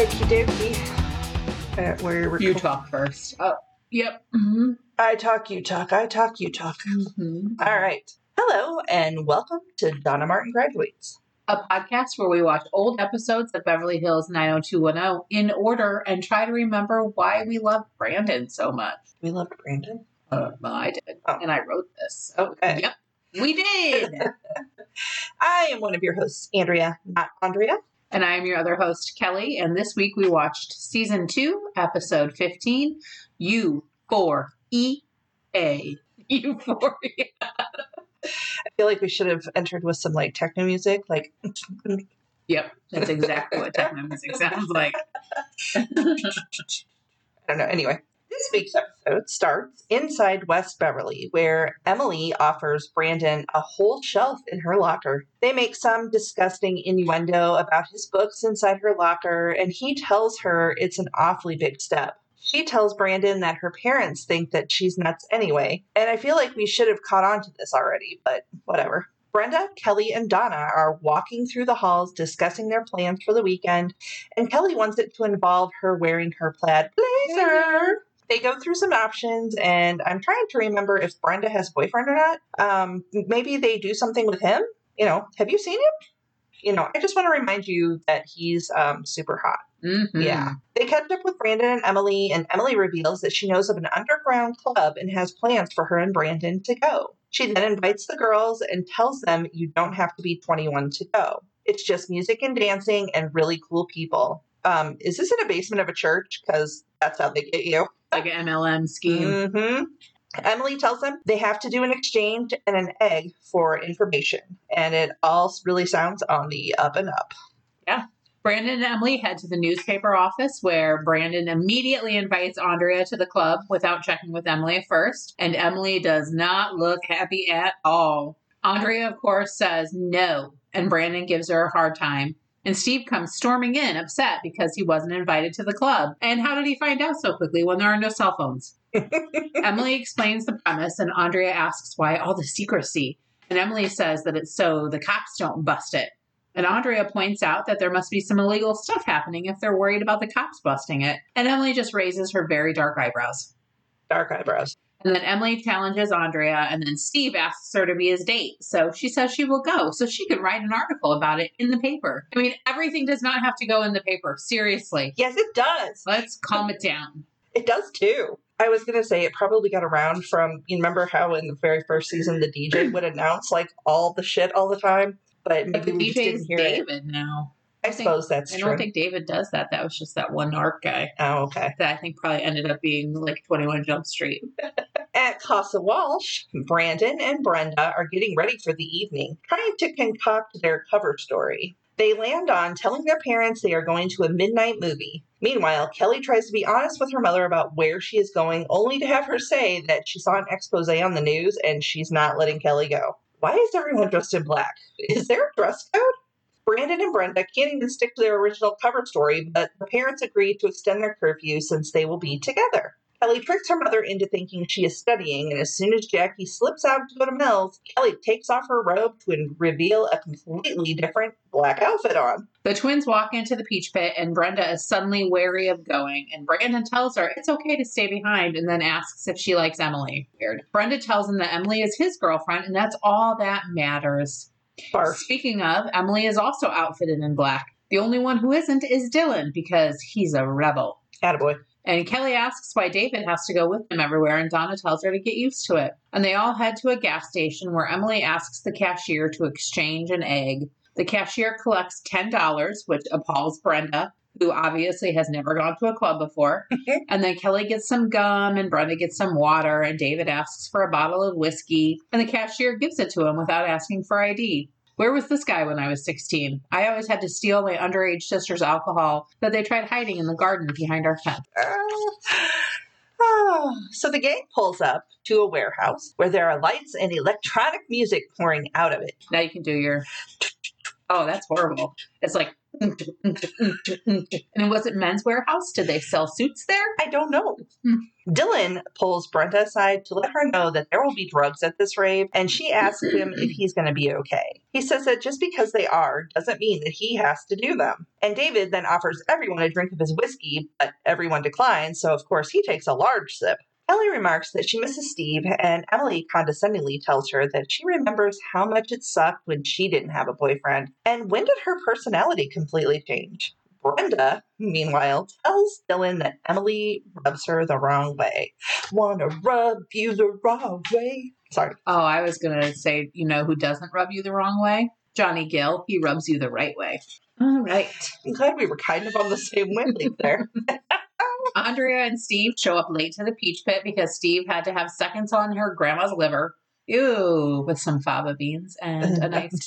Okie dokie. Uh, where we're You talk first. Oh, yep. Mm-hmm. I talk, you talk. I talk, you talk. All right. Hello and welcome to Donna Martin Graduates. A podcast where we watch old episodes of Beverly Hills 90210 in order and try to remember why we love Brandon so much. We loved Brandon. Uh, I did, Oh. and I wrote this. Oh, Okay. yep. We did. I am one of your hosts, Andrea, not Andrea. and I am your other host, Kelly. And this week we watched season two, episode 15, E U4EA. Euphoria. I feel like we should have entered with some like techno music, like Yep, that's exactly what techno music sounds like. I don't know. Anyway, this week's episode starts inside West Beverly, where Emily offers Brandon a whole shelf in her locker. They make some disgusting innuendo about his books inside her locker, and he tells her it's an awfully big step. She tells Brandon that her parents think that she's nuts anyway, and I feel like we should have caught on to this already, but whatever. Brenda, Kelly, and Donna are walking through the halls discussing their plans for the weekend, and Kelly wants it to involve her wearing her plaid blazer. They go through some options, and I'm trying to remember if Brenda has a boyfriend or not. Um, maybe they do something with him. You know, have you seen him? You know, I just want to remind you that he's um, super hot. Mhm. Yeah. They catch up with Brandon and Emily, and Emily reveals that she knows of an underground club and has plans for her and Brandon to go. She then invites the girls and tells them you don't have to be 21 to go. It's just music and dancing and really cool people. Um, is this in a basement of a church? Because that's how they get you. Like an MLM scheme. hmm Emily tells them they have to do an exchange and an egg for information. And it all really sounds on the up and up. Brandon and Emily head to the newspaper office where Brandon immediately invites Andrea to the club without checking with Emily first, and Emily does not look happy at all. Andrea, of course, says no, and Brandon gives her a hard time. And Steve comes storming in, upset because he wasn't invited to the club. And how did he find out so quickly when there are no cell phones? Emily explains the premise, and Andrea asks why all the secrecy. And Emily says that it's so the cops don't bust it. And Andrea points out that there must be some illegal stuff happening if they're worried about the cops busting it. And Emily just raises her very dark eyebrows. Dark eyebrows. And then Emily challenges Andrea, and then Steve asks her to be his date. So she says she will go, so she can write an article about it in the paper. I mean, everything does not have to go in the paper. Seriously. Yes, it does. Let's calm it down. It does too. I was gonna say it probably got around from you remember how in the very first season the Mm. DJ would announce like all the shit all the time, but But maybe the we just DJ didn't is hear it. David now. I suppose that's I true. don't think David does that. That was just that one narc guy oh, okay. that I think probably ended up being like 21 Jump Street. At Casa Walsh, Brandon and Brenda are getting ready for the evening, trying to concoct their cover story. They land on telling their parents they are going to a midnight movie. Meanwhile, Kelly tries to be honest with her mother about where she is going, only to have her say that she saw an expose on the news and she's not letting Kelly go. Why is everyone dressed in black? Is there a dress code? Brandon and Brenda can't even stick to their original cover story, but the parents agree to extend their curfew since they will be together. Kelly tricks her mother into thinking she is studying, and as soon as Jackie slips out to go to Mel's, Kelly takes off her robe to en- reveal a completely different black outfit on. The twins walk into the peach pit, and Brenda is suddenly wary of going. And Brandon tells her it's okay to stay behind, and then asks if she likes Emily. Weird. Brenda tells him that Emily is his girlfriend, and that's all that matters. Barf. Speaking of, Emily is also outfitted in black. The only one who isn't is Dylan because he's a rebel. Attaboy. And Kelly asks why David has to go with them everywhere, and Donna tells her to get used to it. And they all head to a gas station where Emily asks the cashier to exchange an egg. The cashier collects $10, which appalls Brenda, who obviously has never gone to a club before. and then Kelly gets some gum, and Brenda gets some water, and David asks for a bottle of whiskey, and the cashier gives it to him without asking for ID. Where was this guy when I was 16? I always had to steal my underage sister's alcohol that they tried hiding in the garden behind our fence. Ah. Ah. So the gang pulls up to a warehouse where there are lights and electronic music pouring out of it. Now you can do your. Oh, that's horrible. It's like and it wasn't men's warehouse. Did they sell suits there? I don't know. Hmm. Dylan pulls Brenda aside to let her know that there will be drugs at this rave, and she asks him if he's going to be okay. He says that just because they are doesn't mean that he has to do them. And David then offers everyone a drink of his whiskey, but everyone declines, so of course he takes a large sip. Ellie remarks that she misses Steve, and Emily condescendingly tells her that she remembers how much it sucked when she didn't have a boyfriend. And when did her personality completely change? Brenda, meanwhile, tells Dylan that Emily rubs her the wrong way. Wanna rub you the wrong way? Sorry. Oh, I was going to say, you know who doesn't rub you the wrong way? Johnny Gill. He rubs you the right way. All right. I'm glad we were kind of on the same wavelength there. Andrea and Steve show up late to the peach pit because Steve had to have seconds on her grandma's liver. Ew, with some fava beans and a nice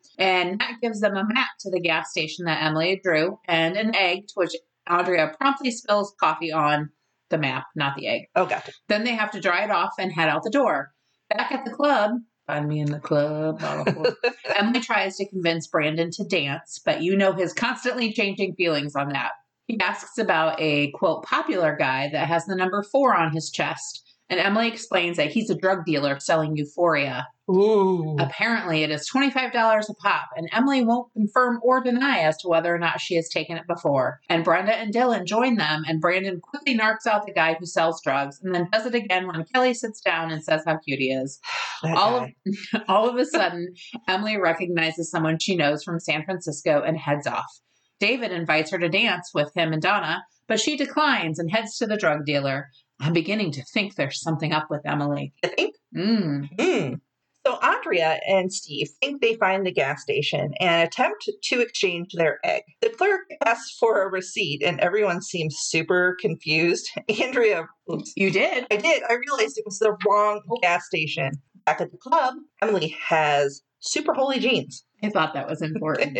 Chianti. And that gives them a map to the gas station that Emily drew and an egg, to which Andrea promptly spills coffee on the map, not the egg. Oh, gotcha. Then they have to dry it off and head out the door. Back at the club, find me in the club. blah, blah, blah. Emily tries to convince Brandon to dance, but you know his constantly changing feelings on that. He asks about a quote popular guy that has the number four on his chest. And Emily explains that he's a drug dealer selling euphoria. Ooh. Apparently, it is $25 a pop, and Emily won't confirm or deny as to whether or not she has taken it before. And Brenda and Dylan join them, and Brandon quickly narcs out the guy who sells drugs and then does it again when Kelly sits down and says how cute he is. that all of- guy. All of a sudden, Emily recognizes someone she knows from San Francisco and heads off. David invites her to dance with him and Donna, but she declines and heads to the drug dealer. I'm beginning to think there's something up with Emily. I think Mm. Mm. So Andrea and Steve think they find the gas station and attempt to exchange their egg. The clerk asks for a receipt and everyone seems super confused. Andrea, oops, You did. I did. I realized it was the wrong gas station. Back at the club, Emily has super holy jeans. I thought that was important.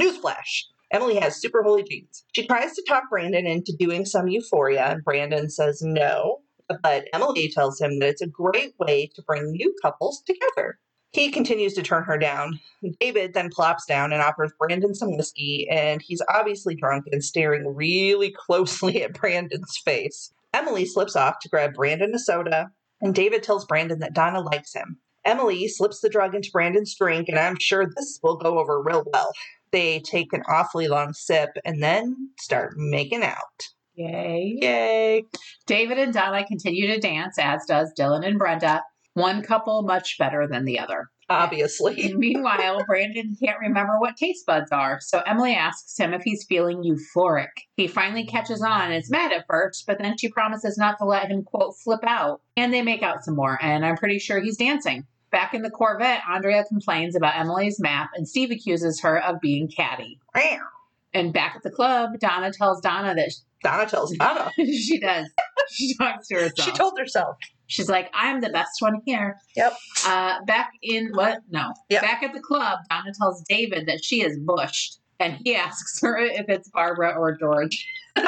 Newsflash. Emily has super holy jeans. She tries to talk Brandon into doing some euphoria, and Brandon says no. But Emily tells him that it's a great way to bring new couples together. He continues to turn her down. David then plops down and offers Brandon some whiskey, and he's obviously drunk and staring really closely at Brandon's face. Emily slips off to grab Brandon a soda, and David tells Brandon that Donna likes him. Emily slips the drug into Brandon's drink, and I'm sure this will go over real well they take an awfully long sip and then start making out. Yay. Yay. David and Donna continue to dance, as does Dylan and Brenda. One couple much better than the other. Obviously. Meanwhile, Brandon can't remember what taste buds are, so Emily asks him if he's feeling euphoric. He finally catches on and is mad at first, but then she promises not to let him, quote, flip out. And they make out some more, and I'm pretty sure he's dancing. Back in the Corvette, Andrea complains about Emily's map, and Steve accuses her of being catty. And back at the club, Donna tells Donna that Donna tells Donna. she does. She talks to herself. She told herself. She's like, I'm the best one here. Yep. Uh, back in what? No. Yep. Back at the club, Donna tells David that she is bushed, and he asks her if it's Barbara or George. But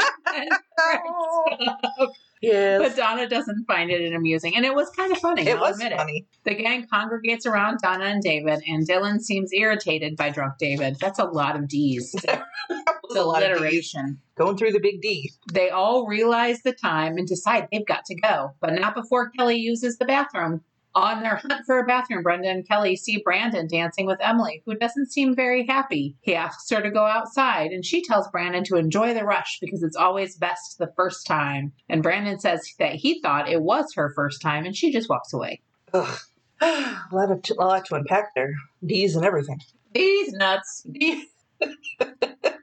yes. Donna doesn't find it amusing, and it was kind of funny. It I'll was admit it. funny. The gang congregates around Donna and David, and Dylan seems irritated by drunk David. That's a lot of D's. That was It's a lot of D's. alliteration. Going through the big D. They all realize the time and decide they've got to go, but not before Kelly uses the bathroom. On their hunt for a bathroom, Brenda and Kelly see Brandon dancing with Emily, who doesn't seem very happy. He asks her to go outside, and she tells Brandon to enjoy the rush because it's always best the first time. And Brandon says that he thought it was her first time, and she just walks away. Ugh. A lot of a lot to unpack there. D's and everything. These nuts. Steve and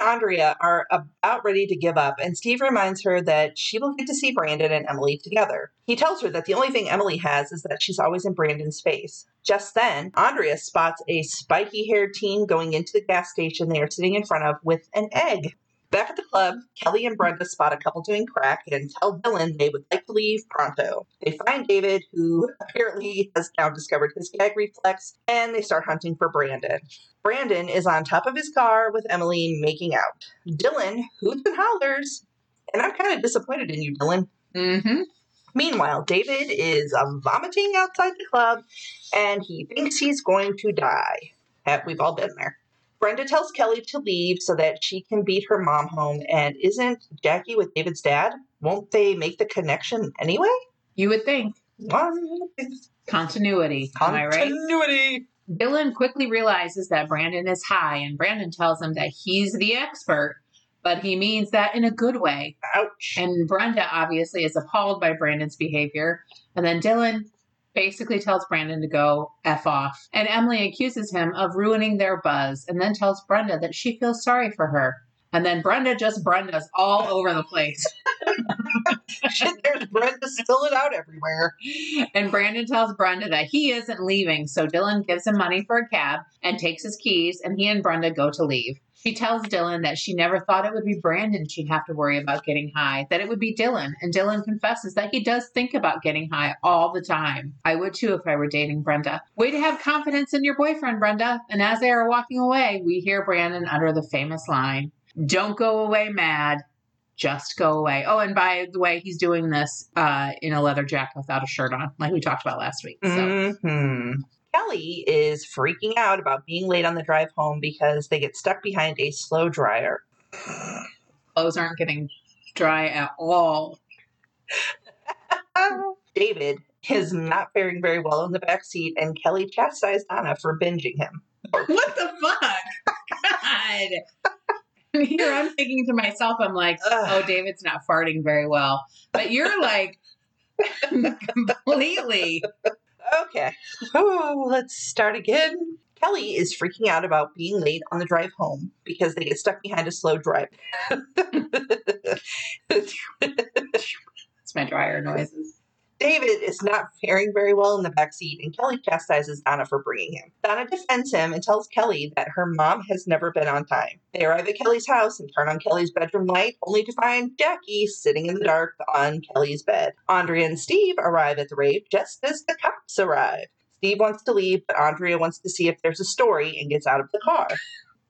Andrea are about ready to give up, and Steve reminds her that she will get to see Brandon and Emily together. He tells her that the only thing Emily has is that she's always in Brandon's face. Just then, Andrea spots a spiky haired teen going into the gas station they are sitting in front of with an egg. Back at the club, Kelly and Brenda spot a couple doing crack and tell Dylan they would like to leave pronto. They find David, who apparently has now discovered his gag reflex, and they start hunting for Brandon. Brandon is on top of his car with Emily making out. Dylan hoots and hollers, and I'm kind of disappointed in you, Dylan. Mm-hmm. Meanwhile, David is uh, vomiting outside the club, and he thinks he's going to die. Heck, Eh, we've all been there. Brenda tells Kelly to leave so that she can beat her mom home. And isn't Jackie with David's dad? Won't they make the connection anyway? You would think. Well, it's Continuity. Am I right? Continuity. Dylan quickly realizes that Brandon is high, and Brandon tells him that he's the expert, but he means that in a good way. Ouch. And Brenda obviously is appalled by Brandon's behavior. And then Dylan basically tells Brandon to go F off. And Emily accuses him of ruining their buzz and then tells Brenda that she feels sorry for her. And then Brenda just Brenda's all over the place. Shit, there's Brenda spilling out everywhere. And Brandon tells Brenda that he isn't leaving, so Dylan gives him money for a cab and takes his keys, and he and Brenda go to leave. She tells Dylan that she never thought it would be Brandon she'd have to worry about getting high, that it would be Dylan, and Dylan confesses that he does think about getting high all the time. I would too if I were dating Brenda. Way to have confidence in your boyfriend, Brenda. And as they are walking away, we hear Brandon utter the famous line Don't go away mad just go away. Oh, and by the way, he's doing this uh, in a leather jacket without a shirt on, like we talked about last week. So hmm Kelly is freaking out about being late on the drive home because they get stuck behind a slow dryer. clothes aren't getting dry at all. Ah. David is not faring very well in the back seat, and Kelly chastised Anna for binging him. What the fuck? God. And here I'm thinking to myself, I'm like, oh, Ugh. David's not farting very well. But you're like completely Okay. Oh, let's start again. Kelly is freaking out about being late on the drive home because they get stuck behind a slow drive. it's my dryer noises. David is not faring very well in the backseat, and Kelly chastises Donna for bringing him. Donna defends him and tells Kelly that her mom has never been on time. They arrive at Kelly's house and turn on Kelly's bedroom light, only to find Jackie sitting in the dark on Kelly's bed. Andrea and Steve arrive at the rave just as the cops arrive. Steve wants to leave, but Andrea wants to see if there's a story and gets out of the car.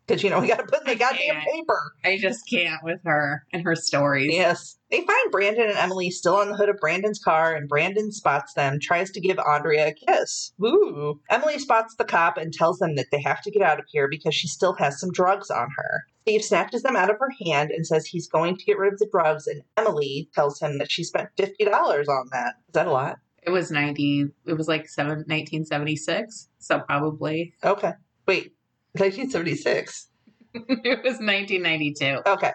Because, you know, we got to put in the goddamn Yeah. paper. I just can't with her and her stories. Yes. They find Brandon and Emily still on the hood of Brandon's car, and Brandon spots them, tries to give Andrea a kiss. Woo. Emily spots the cop and tells them that they have to get out of here because she still has some drugs on her. Steve snatches them out of her hand and says he's going to get rid of the drugs, and Emily tells him that she spent $50 on that. Is that a lot? It was 90, it was like seven, 1976. So probably Okay. Wait, 1976. it was 1992. Okay.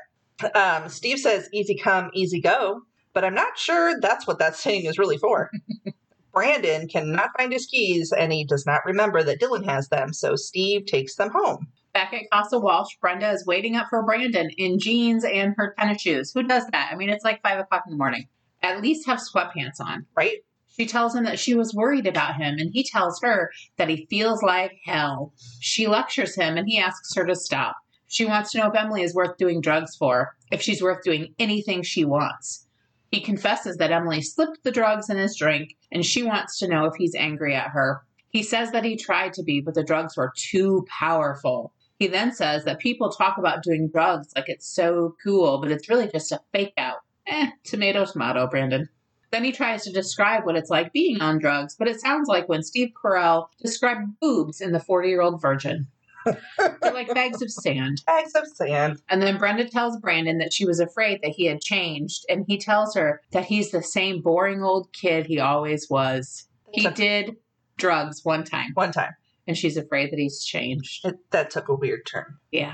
Um, Steve says, easy come, easy go, but I'm not sure that's what that saying is really for. Brandon cannot find his keys and he does not remember that Dylan has them, so Steve takes them home. Back at Casa Walsh, Brenda is waiting up for Brandon in jeans and her tennis shoes. Who does that? I mean, it's like five o'clock in the morning. At least have sweatpants on. Right? She tells him that she was worried about him, and he tells her that he feels like hell. She lectures him, and he asks her to stop. She wants to know if Emily is worth doing drugs for, if she's worth doing anything she wants. He confesses that Emily slipped the drugs in his drink, and she wants to know if he's angry at her. He says that he tried to be, but the drugs were too powerful. He then says that people talk about doing drugs like it's so cool, but it's really just a fake out. Eh, tomato, tomato, Brandon. Then he tries to describe what it's like being on drugs, but it sounds like when Steve Carell described boobs in The 40 Year Old Virgin. They're like bags of sand. Bags of sand. And then Brenda tells Brandon that she was afraid that he had changed, and he tells her that he's the same boring old kid he always was. He Took did drugs one time, one time. and she's afraid that he's changed. It, that took a weird turn. Yeah.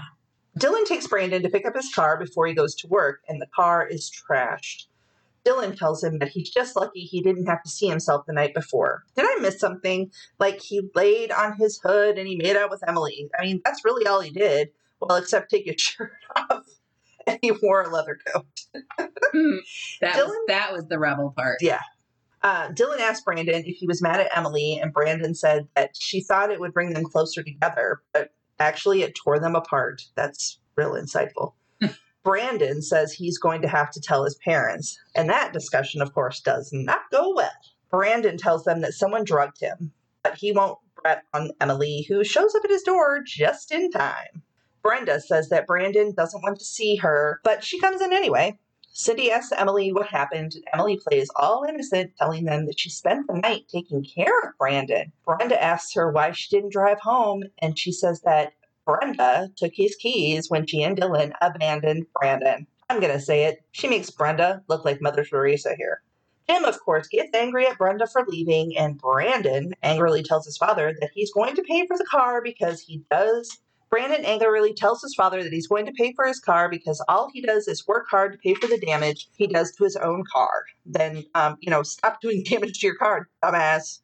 Dylan takes Brandon to pick up his car before he goes to work, and the car is trashed. Dylan tells him that he's just lucky he didn't have to see himself the night before. Did I miss something? Like he laid on his hood and he made out with Emily. I mean, that's really all he did. Well, except take his shirt off. And he wore a leather coat. Hmm. that, was, Dylan- that was the rebel part. Uh, Dylan asked Brandon if he was mad at Emily, and Brandon said that she thought it would bring them closer together, but actually it tore them apart. That's real insightful. Brandon says he's going to have to tell his parents, and that discussion, of course, does not go well. Brandon tells them that someone drugged him, but he won't rat on Emily, who shows up at his door just in time. Brenda says that Brandon doesn't want to see her, but she comes in anyway. Cindy asks Emily what happened, and Emily plays all innocent, telling them that she spent the night taking care of Brandon. Brenda asks her why she didn't drive home, and she says that Brenda took his keys when she and Dylan abandoned Brandon. I'm going to say it. She makes Brenda look like Mother Teresa here. Jim, of course, gets angry at Brenda for leaving, and Brandon angrily tells his father that he's going to pay for the car because he does. Brandon angrily tells his father that he's going to pay for his car because all he does is work hard to pay for the damage he does to his own car. Then, um, you know, stop doing damage to your car, dumbass.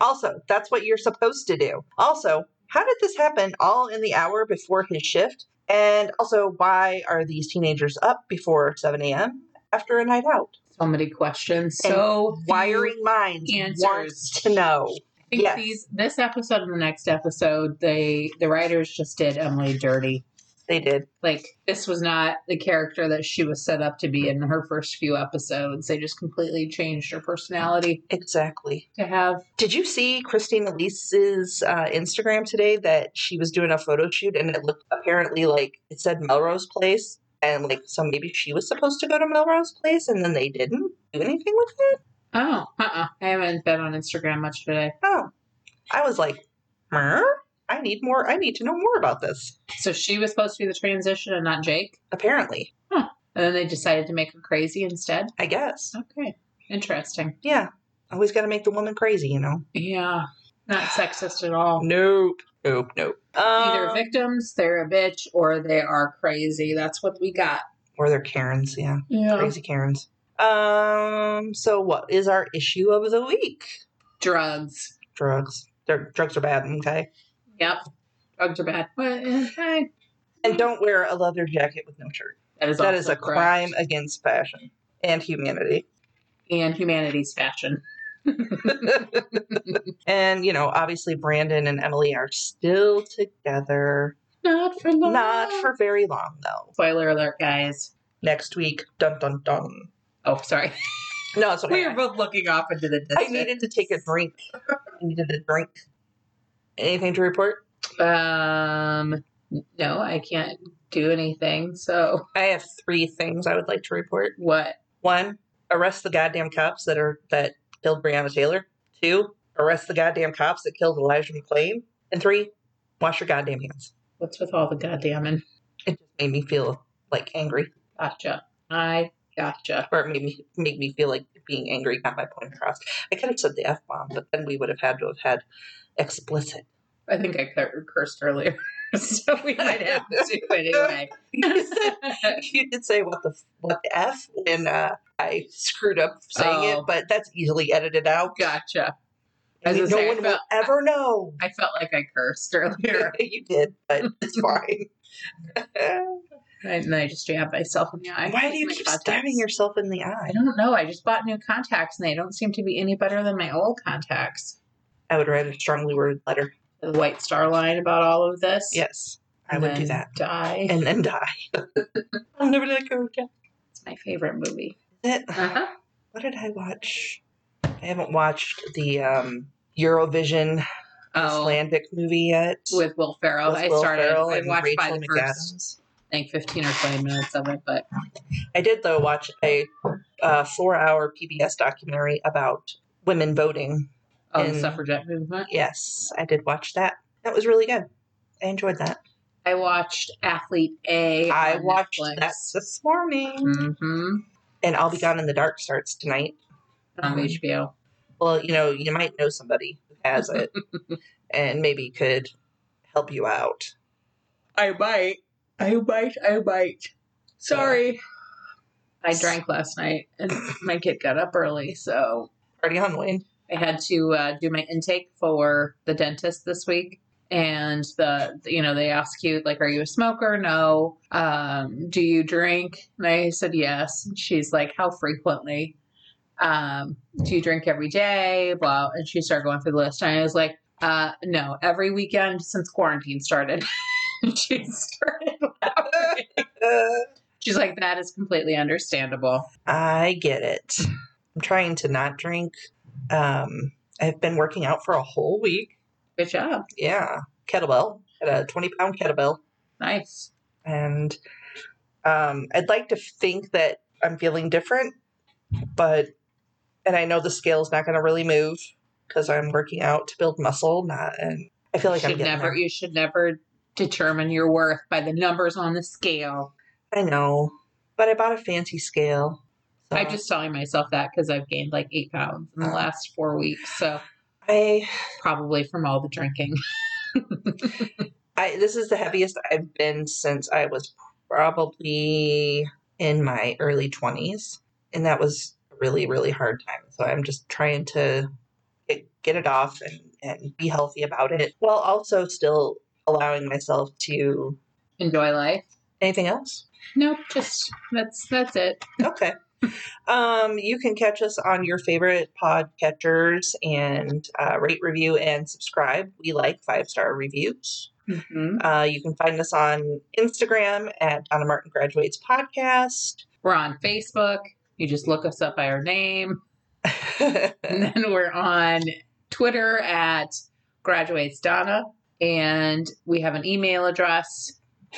also, that's what you're supposed to do. Also, how did this happen all in the hour before his shift? And also, why are these teenagers up before 7 a.m. after a night out? So many questions. So And wiring minds answers. wants to know. I think yes. these this episode and the next episode, they the writers just did Emily dirty. They did. Like this was not the character that she was set up to be in her first few episodes. They just completely changed her personality Exactly. to have Did you see Christine Elise's uh, Instagram today that she was doing a photo shoot and it looked apparently like it said Melrose Place and like so maybe she was supposed to go to Melrose Place and then they didn't do anything with it? Oh, uh uh I haven't been on Instagram much today. Oh. I was like, "Mer? I need more I need to know more about this. So she was supposed to be the transition and not Jake. Apparently. And then they decided to make her crazy instead. I guess. Okay. Interesting. Yeah. Always gotta make the woman crazy, you know? Yeah. Not sexist at all. Nope. Nope. Nope. Either Um, victims, they're a bitch, or they are crazy. That's what we got. or they're Karens, yeah. Yeah. Crazy Karens. Um, so what is our issue of the week? Drugs. drugs. Dr- drugs are bad, okay? Yep. Drugs are bad. But, eh, eh, And don't wear a leather jacket with no shirt. That is, That also is a correct. crime against fashion and humanity. And humanity's fashion. And, you know, obviously Brandon and Emily are still together. Not for long. Not for very long, though. Spoiler alert, guys. Next week, dun dun dun. Oh, sorry. No, it's okay. We were both looking off into the distance. I needed to take a drink. I needed a drink. Anything to report? Um, no, I can't do anything. So I have three things I would like to report. what? One, arrest the goddamn cops that are that killed Breonna Taylor. Two, arrest the goddamn cops that killed Elijah McClain. And three, wash your goddamn hands. What's with all the goddamn It just made me feel like angry, gotcha? I gotcha. or it made me made me feel like being angry got my point across. I could have said the f bomb, but then we would have had to have had explicit. I think I cur- cursed earlier, so we might have to anyway. You said- you did say what the what the f when uh, I screwed up saying Oh. it, but that's easily edited out. gotcha. I I was mean, gonna no say, I one will felt- ever know. I felt like I cursed earlier, you did, but it's fine. and then I just jabbed myself in the eye. Why with do you my keep contacts. stabbing yourself in the I eye? don't know. I just bought new contacts, and they don't seem to be any better than my old contacts. I would write a strongly worded letter. The White Star line about all of this. Yes, I and would do then that. Die. And then die. I'll never let go again. It's my favorite movie. That- Uh-huh. What did I watch? I haven't watched the um, Eurovision Oh, Icelandic movie yet. with Will Ferrell. With I Will started. Ferrell I and watched by Rachel the first, I think, fifteen or twenty minutes of it. But I did, though, watch a uh, four hour PBS documentary about women voting. oh, the And- suffragette movement. Yes, I did watch that. That was really good. I enjoyed that. I watched Athlete A. I on watched that Netflix. this morning. Mm-hmm. And I'll Be Gone in the Dark starts tonight. On Um, HBO. well, you know, you might know somebody who has it and maybe could help you out. I might. I might. I might. Sorry. I drank last night, and my kid got up early, so Party on, Wayne. I had to uh, do my intake for the dentist this week. And the, you know, they ask you, like, are you a smoker? No. Um, do you drink? And I said, yes. And she's like, how frequently? Um, do you drink every day? Blah. And she started going through the list. And I was like, uh, no, every weekend since quarantine started. And she started laughing. Uh, She's like, that is completely understandable. I get it. I'm trying to not drink. Um, I've been working out for a whole week. Good job. Yeah. Kettlebell. Had a 20 pound kettlebell. Nice. And um, I'd like to think that I'm feeling different, but, and I know the scale's not going to really move because I'm working out to build muscle, not, and I feel like you I'm should getting never, e there. you should never determine your worth by the numbers on the scale. I know, but I bought a fancy scale. so I'm just telling myself that because I've gained like eight pounds in the last four weeks. So I, probably from all the drinking. I this is the heaviest I've been since I was probably in my early twenties, and that was a really really hard time. So I'm just trying to get, get it off and and be healthy about it, while also still allowing myself to Enjoy life. anything else. Nope, just that's that's it. Okay. Um, you can catch us on your favorite pod catchers and uh, rate, review, and subscribe. We like five star reviews. Mhm. Uh, you can find us on Instagram at Donna Martin Graduates Podcast. We're on Facebook. You just look us up by our name. And then we're on Twitter at graduates Donna. And we have an email address,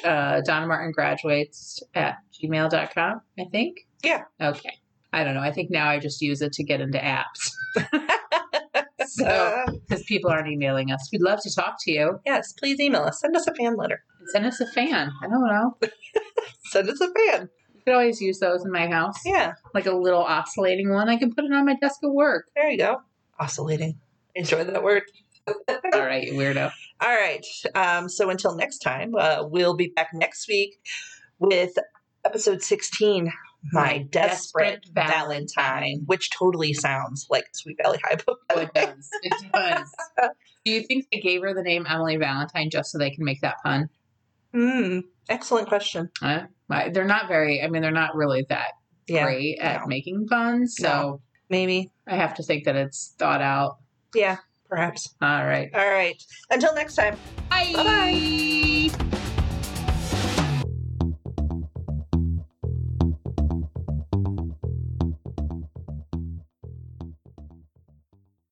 uh, Donna Martin graduates at gmail.com, I think. Yeah. Okay. I don't know. I think now I just use it to get into apps. so, Uh, because people aren't emailing us, we'd love to talk to you. yes, please email us. Send us a fan letter. Send us a fan. I don't know. You Send us a fan. could always use those in my house. Yeah, Like a little oscillating one. I can put it on my desk at work. there you go. Oscillating. Enjoy that word. All right, you weirdo. All right. Um, so until next time, uh, we'll be back next week with episode 16 My, My Desperate, Desperate Valentine, which totally sounds like Sweet Valley High Book. Oh, it does. It does. Do you think they gave her the name Emily Valentine just so they can make that pun? Mm, excellent question. Huh? Why- They're not very, I mean, they're not really that Yeah, great at no. making puns. So maybe. I have to think that it's thought out. Yeah, perhaps. All right. All right. Until next time. Bye. Bye-bye.